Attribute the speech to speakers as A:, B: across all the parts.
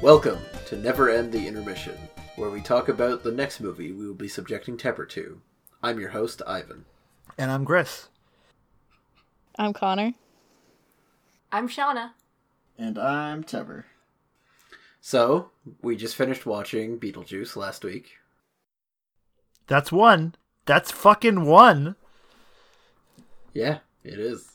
A: Welcome to Never End the Intermission, where we talk about the next movie we will be subjecting Tepper to. I'm your host, Ivan.
B: And I'm Chris.
C: I'm Connor.
D: I'm Shauna.
E: And I'm Tepper.
A: So, we just finished watching Beetlejuice last week.
B: That's one. That's fucking one.
A: Yeah, it is.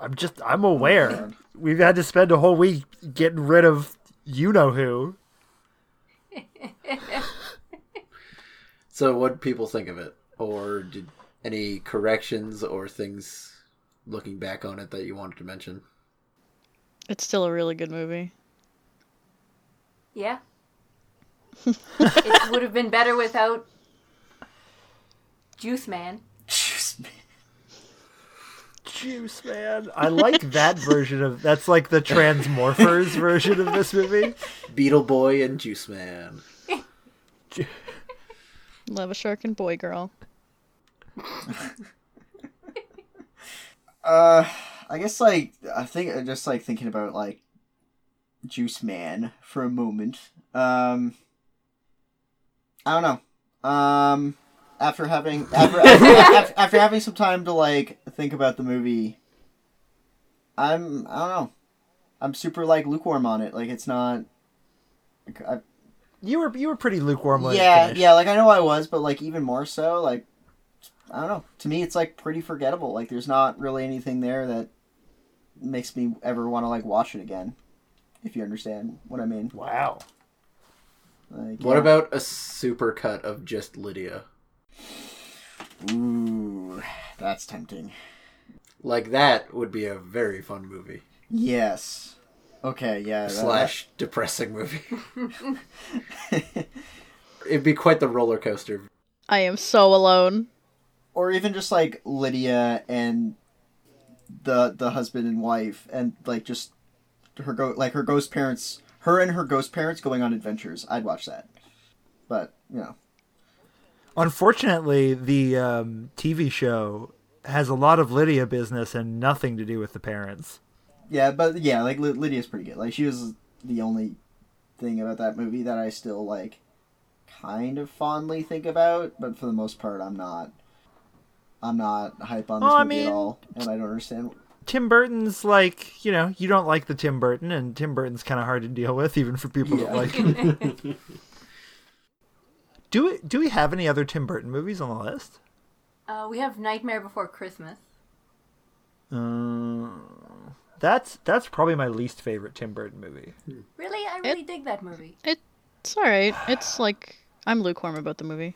B: I'm just, I'm aware. We've had to spend a whole week getting rid of you know who.
A: So, what did people think of it? Or did any corrections or things looking back on it that you wanted to mention?
C: It's still a really good movie.
D: Yeah. it would have been better without Juice Man.
E: Juice man.
B: Juice man. I like that version of that's like the Transmorphers version of this movie.
A: Beetle Boy and Juice Man.
C: Love a Shark and Boy Girl.
E: Uh, I guess like I think I just like thinking about like Juice Man for a moment. Um, I don't know. Um, after having after after, after, after having some time to like think about the movie, I'm I don't know. I'm super like lukewarm on it. Like it's not. like, I,
B: You were you were pretty lukewarm when it
E: yeah,
B: finished.
E: yeah. Like I know I was, but like even more so. Like I don't know. To me, it's like pretty forgettable. Like there's not really anything there that makes me ever want to like watch it again. If you understand what I mean.
B: Wow.
E: Like,
A: What
E: yeah.
A: about a supercut of just Lydia?
E: Ooh, that's tempting.
A: Like, that would be a very fun movie.
E: Yes. Okay. Yeah. that-
A: slash depressing movie. It'd be quite the roller coaster.
C: I am so alone.
E: or even just like Lydia and the the husband and wife and like just her go like her ghost parents her and her ghost parents going on adventures. I'd watch that. But, you know.
B: Unfortunately, the um, TV show has a lot of Lydia business and nothing to do with the parents.
E: Yeah, but yeah, like Ly- Lydia's pretty good. Like she was the only thing about that movie that I still like kind of fondly think about, but for the most part I'm not I'm not hype on this
B: Oh, I
E: movie
B: mean-
E: at all and I don't understand
B: Tim Burton's like, you know, you don't like the Tim Burton, and Tim Burton's kind of hard to deal with, even for people that like him. do we do we have any other Tim Burton movies on the list?
D: Uh, we have Nightmare Before Christmas.
B: Um, that's that's probably my least favorite Tim Burton movie.
D: Really? I really dig that movie.
C: It's alright. It's like, I'm lukewarm about the movie.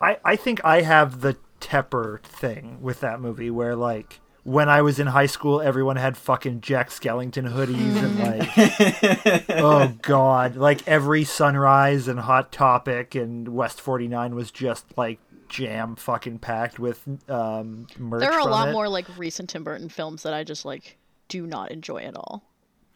B: I I think I have the Tepper thing with that movie, where like when I was in high school, everyone had fucking Jack Skellington hoodies and like. oh god like every sunrise and hot topic and west 49 was just like jam fucking packed with um merch
C: There are a
B: from
C: lot
B: it.
C: more like recent Tim Burton films that I just like do not enjoy at all.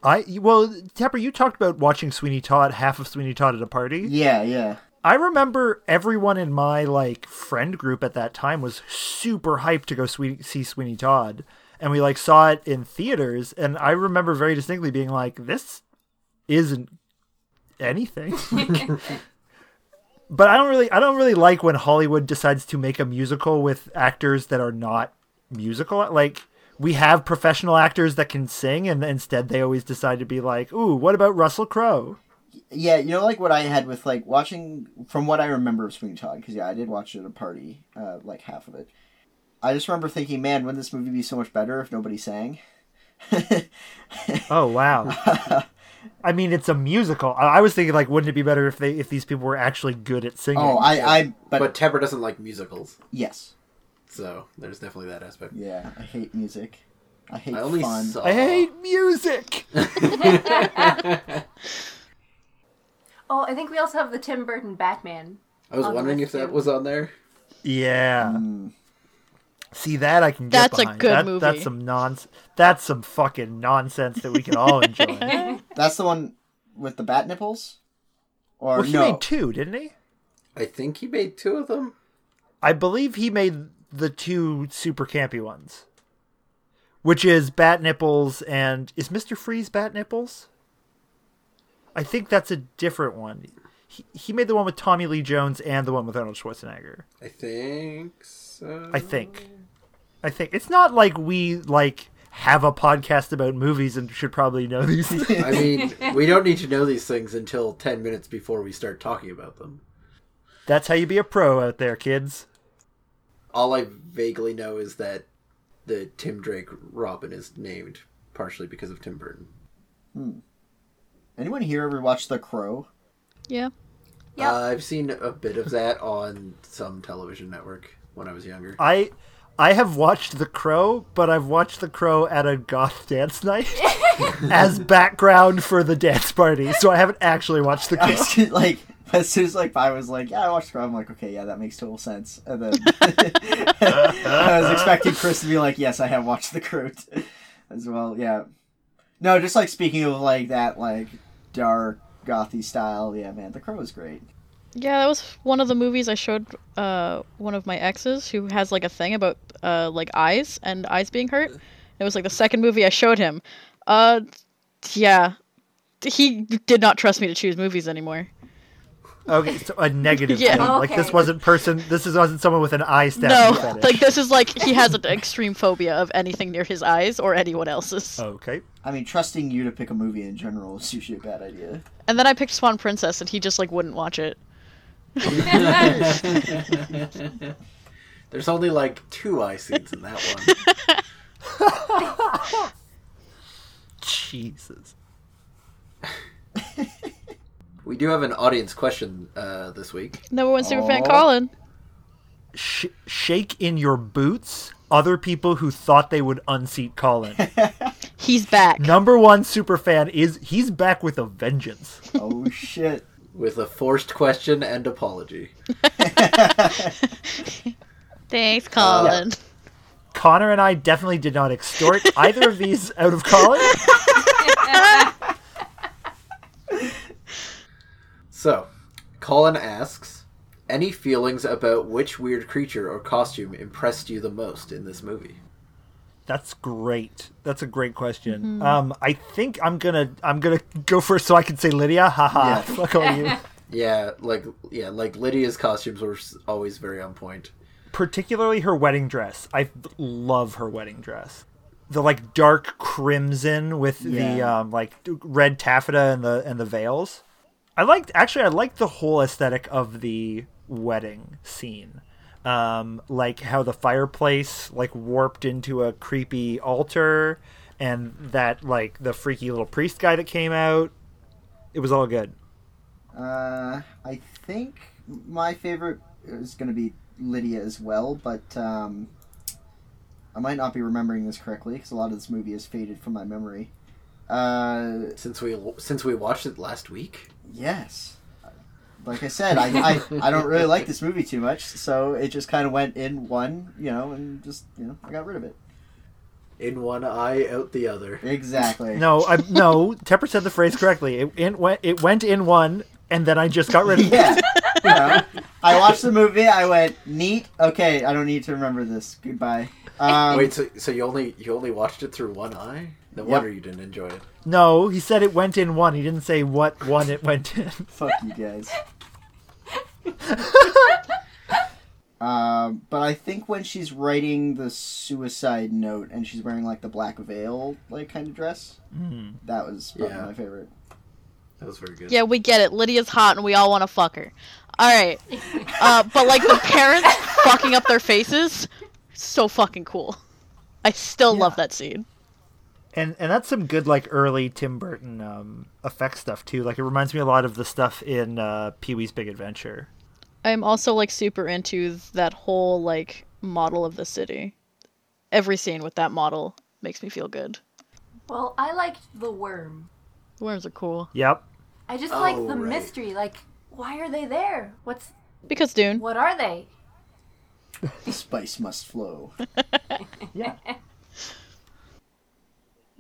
B: i well tepper you talked about watching sweeney todd half of sweeney todd at a party
E: Yeah, yeah.
B: i remember everyone in my like friend group at that time was super hyped to go Swe- see sweeney todd and we like saw it in theaters and i remember very distinctly being like this isn't anything but I don't really I don't really like when Hollywood decides to make a musical with actors that are not musical. Like we have professional actors that can sing and instead they always decide to be like, "Ooh, what about Russell Crowe?"
E: Yeah, you know, like what I had with like watching from what I remember of Sweeney Todd, because yeah, I did watch it at a party, uh, like half of it. I just remember thinking, man, wouldn't this movie be so much better if nobody sang?
B: Oh, wow. I mean, it's a musical. I I was thinking like wouldn't it be better if they if these people were actually good at singing?
E: Oh, I, I, but,
A: But Tepper doesn't like musicals,
E: yes,
A: so there's definitely that aspect.
E: yeah, I hate music. I hate
A: I only
E: fun.
A: saw.
B: I hate music.
D: Oh, I think we also have the Tim Burton Batman.
A: I was
D: on the
A: wondering if
D: list,
A: that
D: too.
A: was on there.
B: yeah.
E: Mm.
B: See that I can get
C: That's a
B: behind.
C: good
B: That-
C: movie.
B: That's some nonsense. That's some fucking nonsense that we can all enjoy.
E: That's the one with the bat nipples, or
B: well, he
E: no?
B: made two, didn't he?
A: I think he made two of them.
B: I believe he made the two super campy ones, which is Bat Nipples and is Mister Freeze Bat Nipples? I think that's a different one. He, he made the one with Tommy Lee Jones and the one with Arnold Schwarzenegger.
A: I think so.
B: I think. I think it's not like we like have a podcast about movies and should probably know these. things.
A: I mean, we don't need to know these things until 10 minutes before we start talking about them.
B: That's how you be a pro out there, kids.
A: All I vaguely know is that the Tim Drake Robin is named partially because of Tim Burton.
E: Anyone here ever watch The Crow?
C: Yeah.
D: Yep.
A: Uh, I've seen a bit of that on some television network when I was younger.
B: I I have watched The Crow, but I've watched The Crow at a goth dance night as background for the dance party, so I haven't actually watched The
E: I
B: Crow.
E: was just, like as soon as like I was like, yeah, I watched the Crow. I'm like, okay, yeah, that makes total sense. And then I was expecting Chris to be like, yes, I have watched the Crow t- as well. Yeah, no, just like speaking of like that like dark gothy style. Yeah, man, the Crow is great.
C: Yeah, that was one of the movies I showed uh, one of my exes who has like a thing about uh, like eyes and eyes being hurt. It was like the second movie I showed him. Uh, yeah, he did not trust me to choose movies anymore.
B: Okay, so a negative
C: Yeah.
B: thing. Like this
D: Okay.
B: wasn't person. This is wasn't someone with an eye stabbing
C: no,
B: fetish.
C: like this is like he has an extreme phobia of anything near his eyes or anyone else's.
B: okay.
E: I mean, trusting you to pick a movie in general is usually a bad idea.
C: And then I picked Swan Princess, and he just like wouldn't watch it.
A: There's only like two eye scenes in that one.
B: Jesus.
A: We do have an audience question uh, this week.
C: Number one super fan
E: Aw.
C: Colin.
B: Sh- shake in your boots. Other people who thought they would unseat Colin.
C: He's back.
B: Number one super fan is he's back with a vengeance.
E: Oh shit.
A: with a forced question and apology.
C: Thanks, Colin.
B: Connor and I definitely did not extort either of these out of Colin.
A: So, Colin asks, any feelings about which weird creature or costume impressed you the most in this movie?
B: That's great. That's a great question. Um, I think I'm gonna I'm gonna go first so I can say Lydia. Haha.
E: Yeah.
B: Fuck all you.
A: Yeah, like yeah, like Lydia's costumes were s- always very on point.
B: Particularly her wedding dress. I love her wedding dress. The like dark crimson with the
E: Yeah.
B: um, like red taffeta and the and the veils. I liked actually I liked the whole aesthetic of the wedding scene. Um, like how the fireplace like warped into a creepy altar and that like the freaky little priest guy that came out. It was all good.
E: Uh, I think my favorite is going to be Lydia as well, but um, I might not be remembering this correctly because a lot of this movie is faded from my memory. Uh,
A: Since we since we watched it last week,
E: yes. Like I said, I, I, I don't really like this movie too much, so it just kind of went in one, you know, and just, you know, I got rid of it.
A: in one eye, out the other.
E: Exactly.
B: No, I no. Tepper said the phrase correctly. It, it went it went in one, and then I just got rid of it.
E: Yeah. you know, I watched the movie, I went, neat, okay, I don't need to remember this. Goodbye. Um,
A: Wait, so, so you only you only watched it through one eye? No
E: Yep.
A: wonder you didn't enjoy it.
B: No, he said it went in one. He didn't say what one it went in.
E: Fuck you guys. um, but I think when she's writing the suicide note and she's wearing like the black veil like kind of dress,
C: Hmm.
E: that was probably
A: Yeah.
E: my favorite.
A: That was very good.
C: Yeah, we get it. Lydia's hot and we all want to fuck her. All right. Uh, but like the parents fucking up their faces, so fucking cool. I still love that scene.
B: And and that's some good like early Tim Burton um, effect stuff too. Like it reminds me a lot of the stuff in uh, Pee Wee's Big Adventure.
C: I'm also like super into that whole like model of the city. Every scene with that model makes me feel good.
D: well, I liked the worm.
C: The worms are cool.
B: Yep.
D: I just
A: Oh,
D: like the
A: right.
D: mystery. Like, why are they there? What's
C: Because Dune.
D: what are they?
E: The spice must flow.
B: Yeah.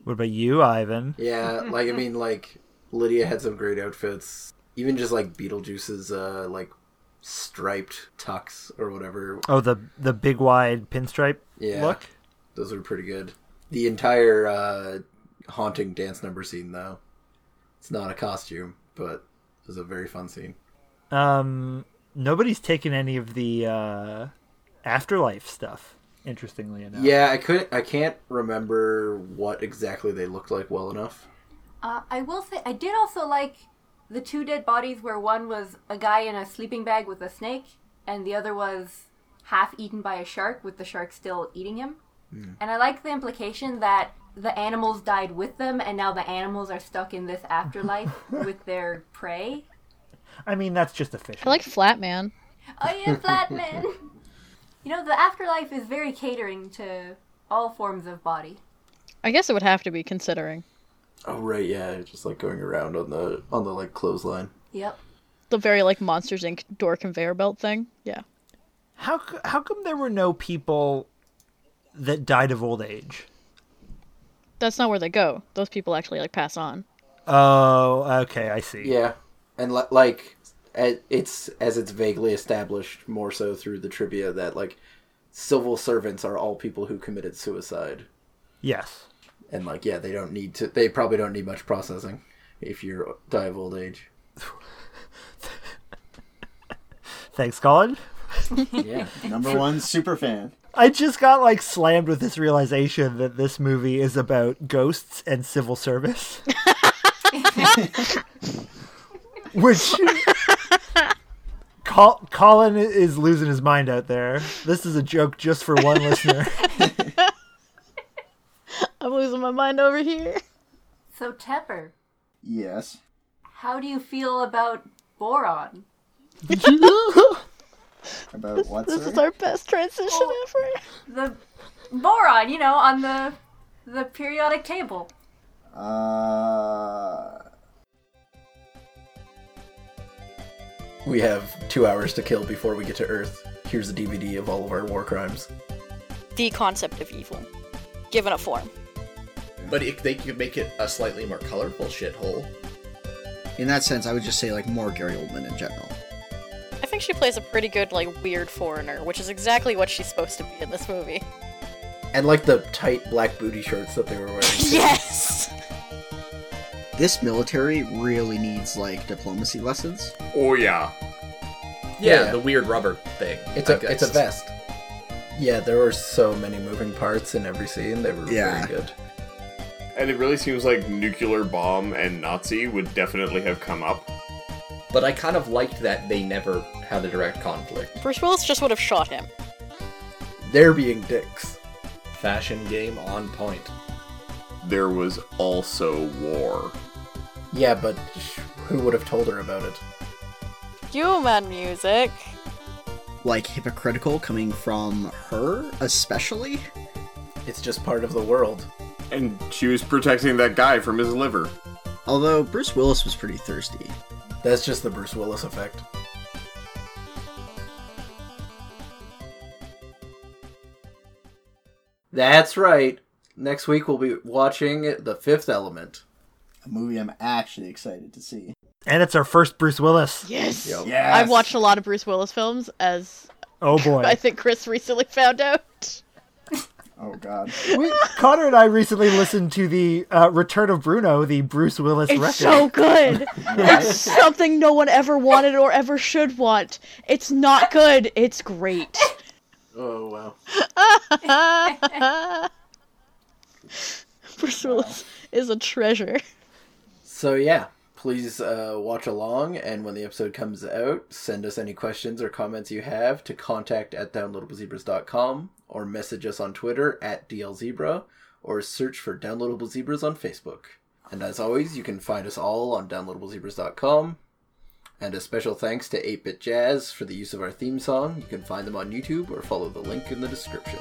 B: what about you, Ivan?
A: Yeah, like I mean, like Lydia had some great outfits. Even just like Beetlejuice's uh like striped tux or whatever.
B: Oh, the the big wide pinstripe
A: Yeah.
B: look.
A: Those are pretty good. The entire uh haunting dance number scene though. It's not a costume, but it was a very fun scene.
B: Um, nobody's taken any of the uh, afterlife stuff. Interestingly enough,
A: Yeah, I could I can't remember what exactly they looked like well enough.
D: Uh, I will say, I did also like the two dead bodies where one was a guy in a sleeping bag with a snake, and the other was half eaten by a shark with the shark still eating him. And I like the implication that the animals died with them, and now the animals are stuck in this afterlife with their prey.
B: I mean that's just official.
C: I like Flatman.
D: Oh yeah, Flatman! you know, the afterlife is very catering to all forms of body.
C: I guess it would have to be considering
A: Oh right, yeah, it's just like going around on the on the like clothesline.
D: Yep.
C: the very like Monsters Inc. door conveyor belt thing. Yeah,
B: How c- how come there were no people that died of old age?
C: that's not where they go. Those people actually like pass on.
B: Oh, okay, I see.
A: Yeah, and li- like a- it's as it's vaguely established more so through the trivia that like civil servants are all people who committed suicide,
B: Yes.
A: and like yeah, they don't need to. They probably don't need much processing if you die of old age.
B: Thanks, Colin.
A: Yeah,
E: Number one super fan.
B: I just got like slammed with this realization that this movie is about ghosts and civil service. Which Col- Colin is losing his mind out there. This is a joke just for one listener.
C: I'm losing my mind over here.
D: So, Tepper,
E: Yes.
D: how do you feel about boron?
E: About what?
C: This
E: sir?
C: is our best transition ever.
D: the boron, you know, on the the periodic table.
E: Uh,
A: we have two hours to kill before we get to Earth. Here's a DVD of all of our war crimes.
C: The concept of evil, given a form.
F: But if they could make it a slightly more colorful shithole,
E: in that sense, I would just say like more Gary Oldman in general.
C: I think she plays a pretty good like weird foreigner, which is exactly what she's supposed to be in this movie.
A: And like the tight black booty shorts that they were wearing.
C: Yes.
E: This military really needs like diplomacy lessons.
F: oh yeah. yeah, the weird rubber thing.
A: It's
F: I
A: a
F: guess.
A: it's a vest. Yeah, there were so many moving parts in every scene. They were
E: Yeah.
A: very good.
G: And it really seems like nuclear bomb and Nazi would definitely have come up.
F: But I kind of liked that they never had a direct conflict.
C: Bruce Willis just would have shot him.
A: They're being dicks.
F: Fashion game on point.
G: There was also war.
A: Yeah, but sh- who would have told her about it?
C: Human music.
E: Like hypocritical coming from her, especially.
A: It's just part of the world.
G: And she was protecting that guy from his liver.
E: Although Bruce Willis was pretty thirsty.
A: That's just the Bruce Willis effect. That's right. Next week we'll be watching The Fifth Element.
E: A movie I'm actually excited to see.
B: and it's our first Bruce Willis.
C: Yes.
A: Yep.
E: Yes.
C: I've watched a lot of Bruce Willis films, as
B: Oh boy.
C: I think Chris recently found out.
E: Oh God.
B: we, Connor and I recently listened to the uh, Return of Bruno, the Bruce Willis
C: It's
B: record.
C: so good. it's something no one ever wanted or ever should want. It's not good. It's great.
A: Oh wow.
C: Bruce Willis is a treasure.
A: So yeah, please uh, watch along, and when the episode comes out, send us any questions or comments you have to contact at downloadablezebras.com or message us on Twitter at dlzebra or search for Downloadable Zebras on Facebook. And as always, you can find us all on downloadablezebras.com. And a special thanks to 8-Bit Jazz for the use of our theme song. You can find them on YouTube or follow the link in the description.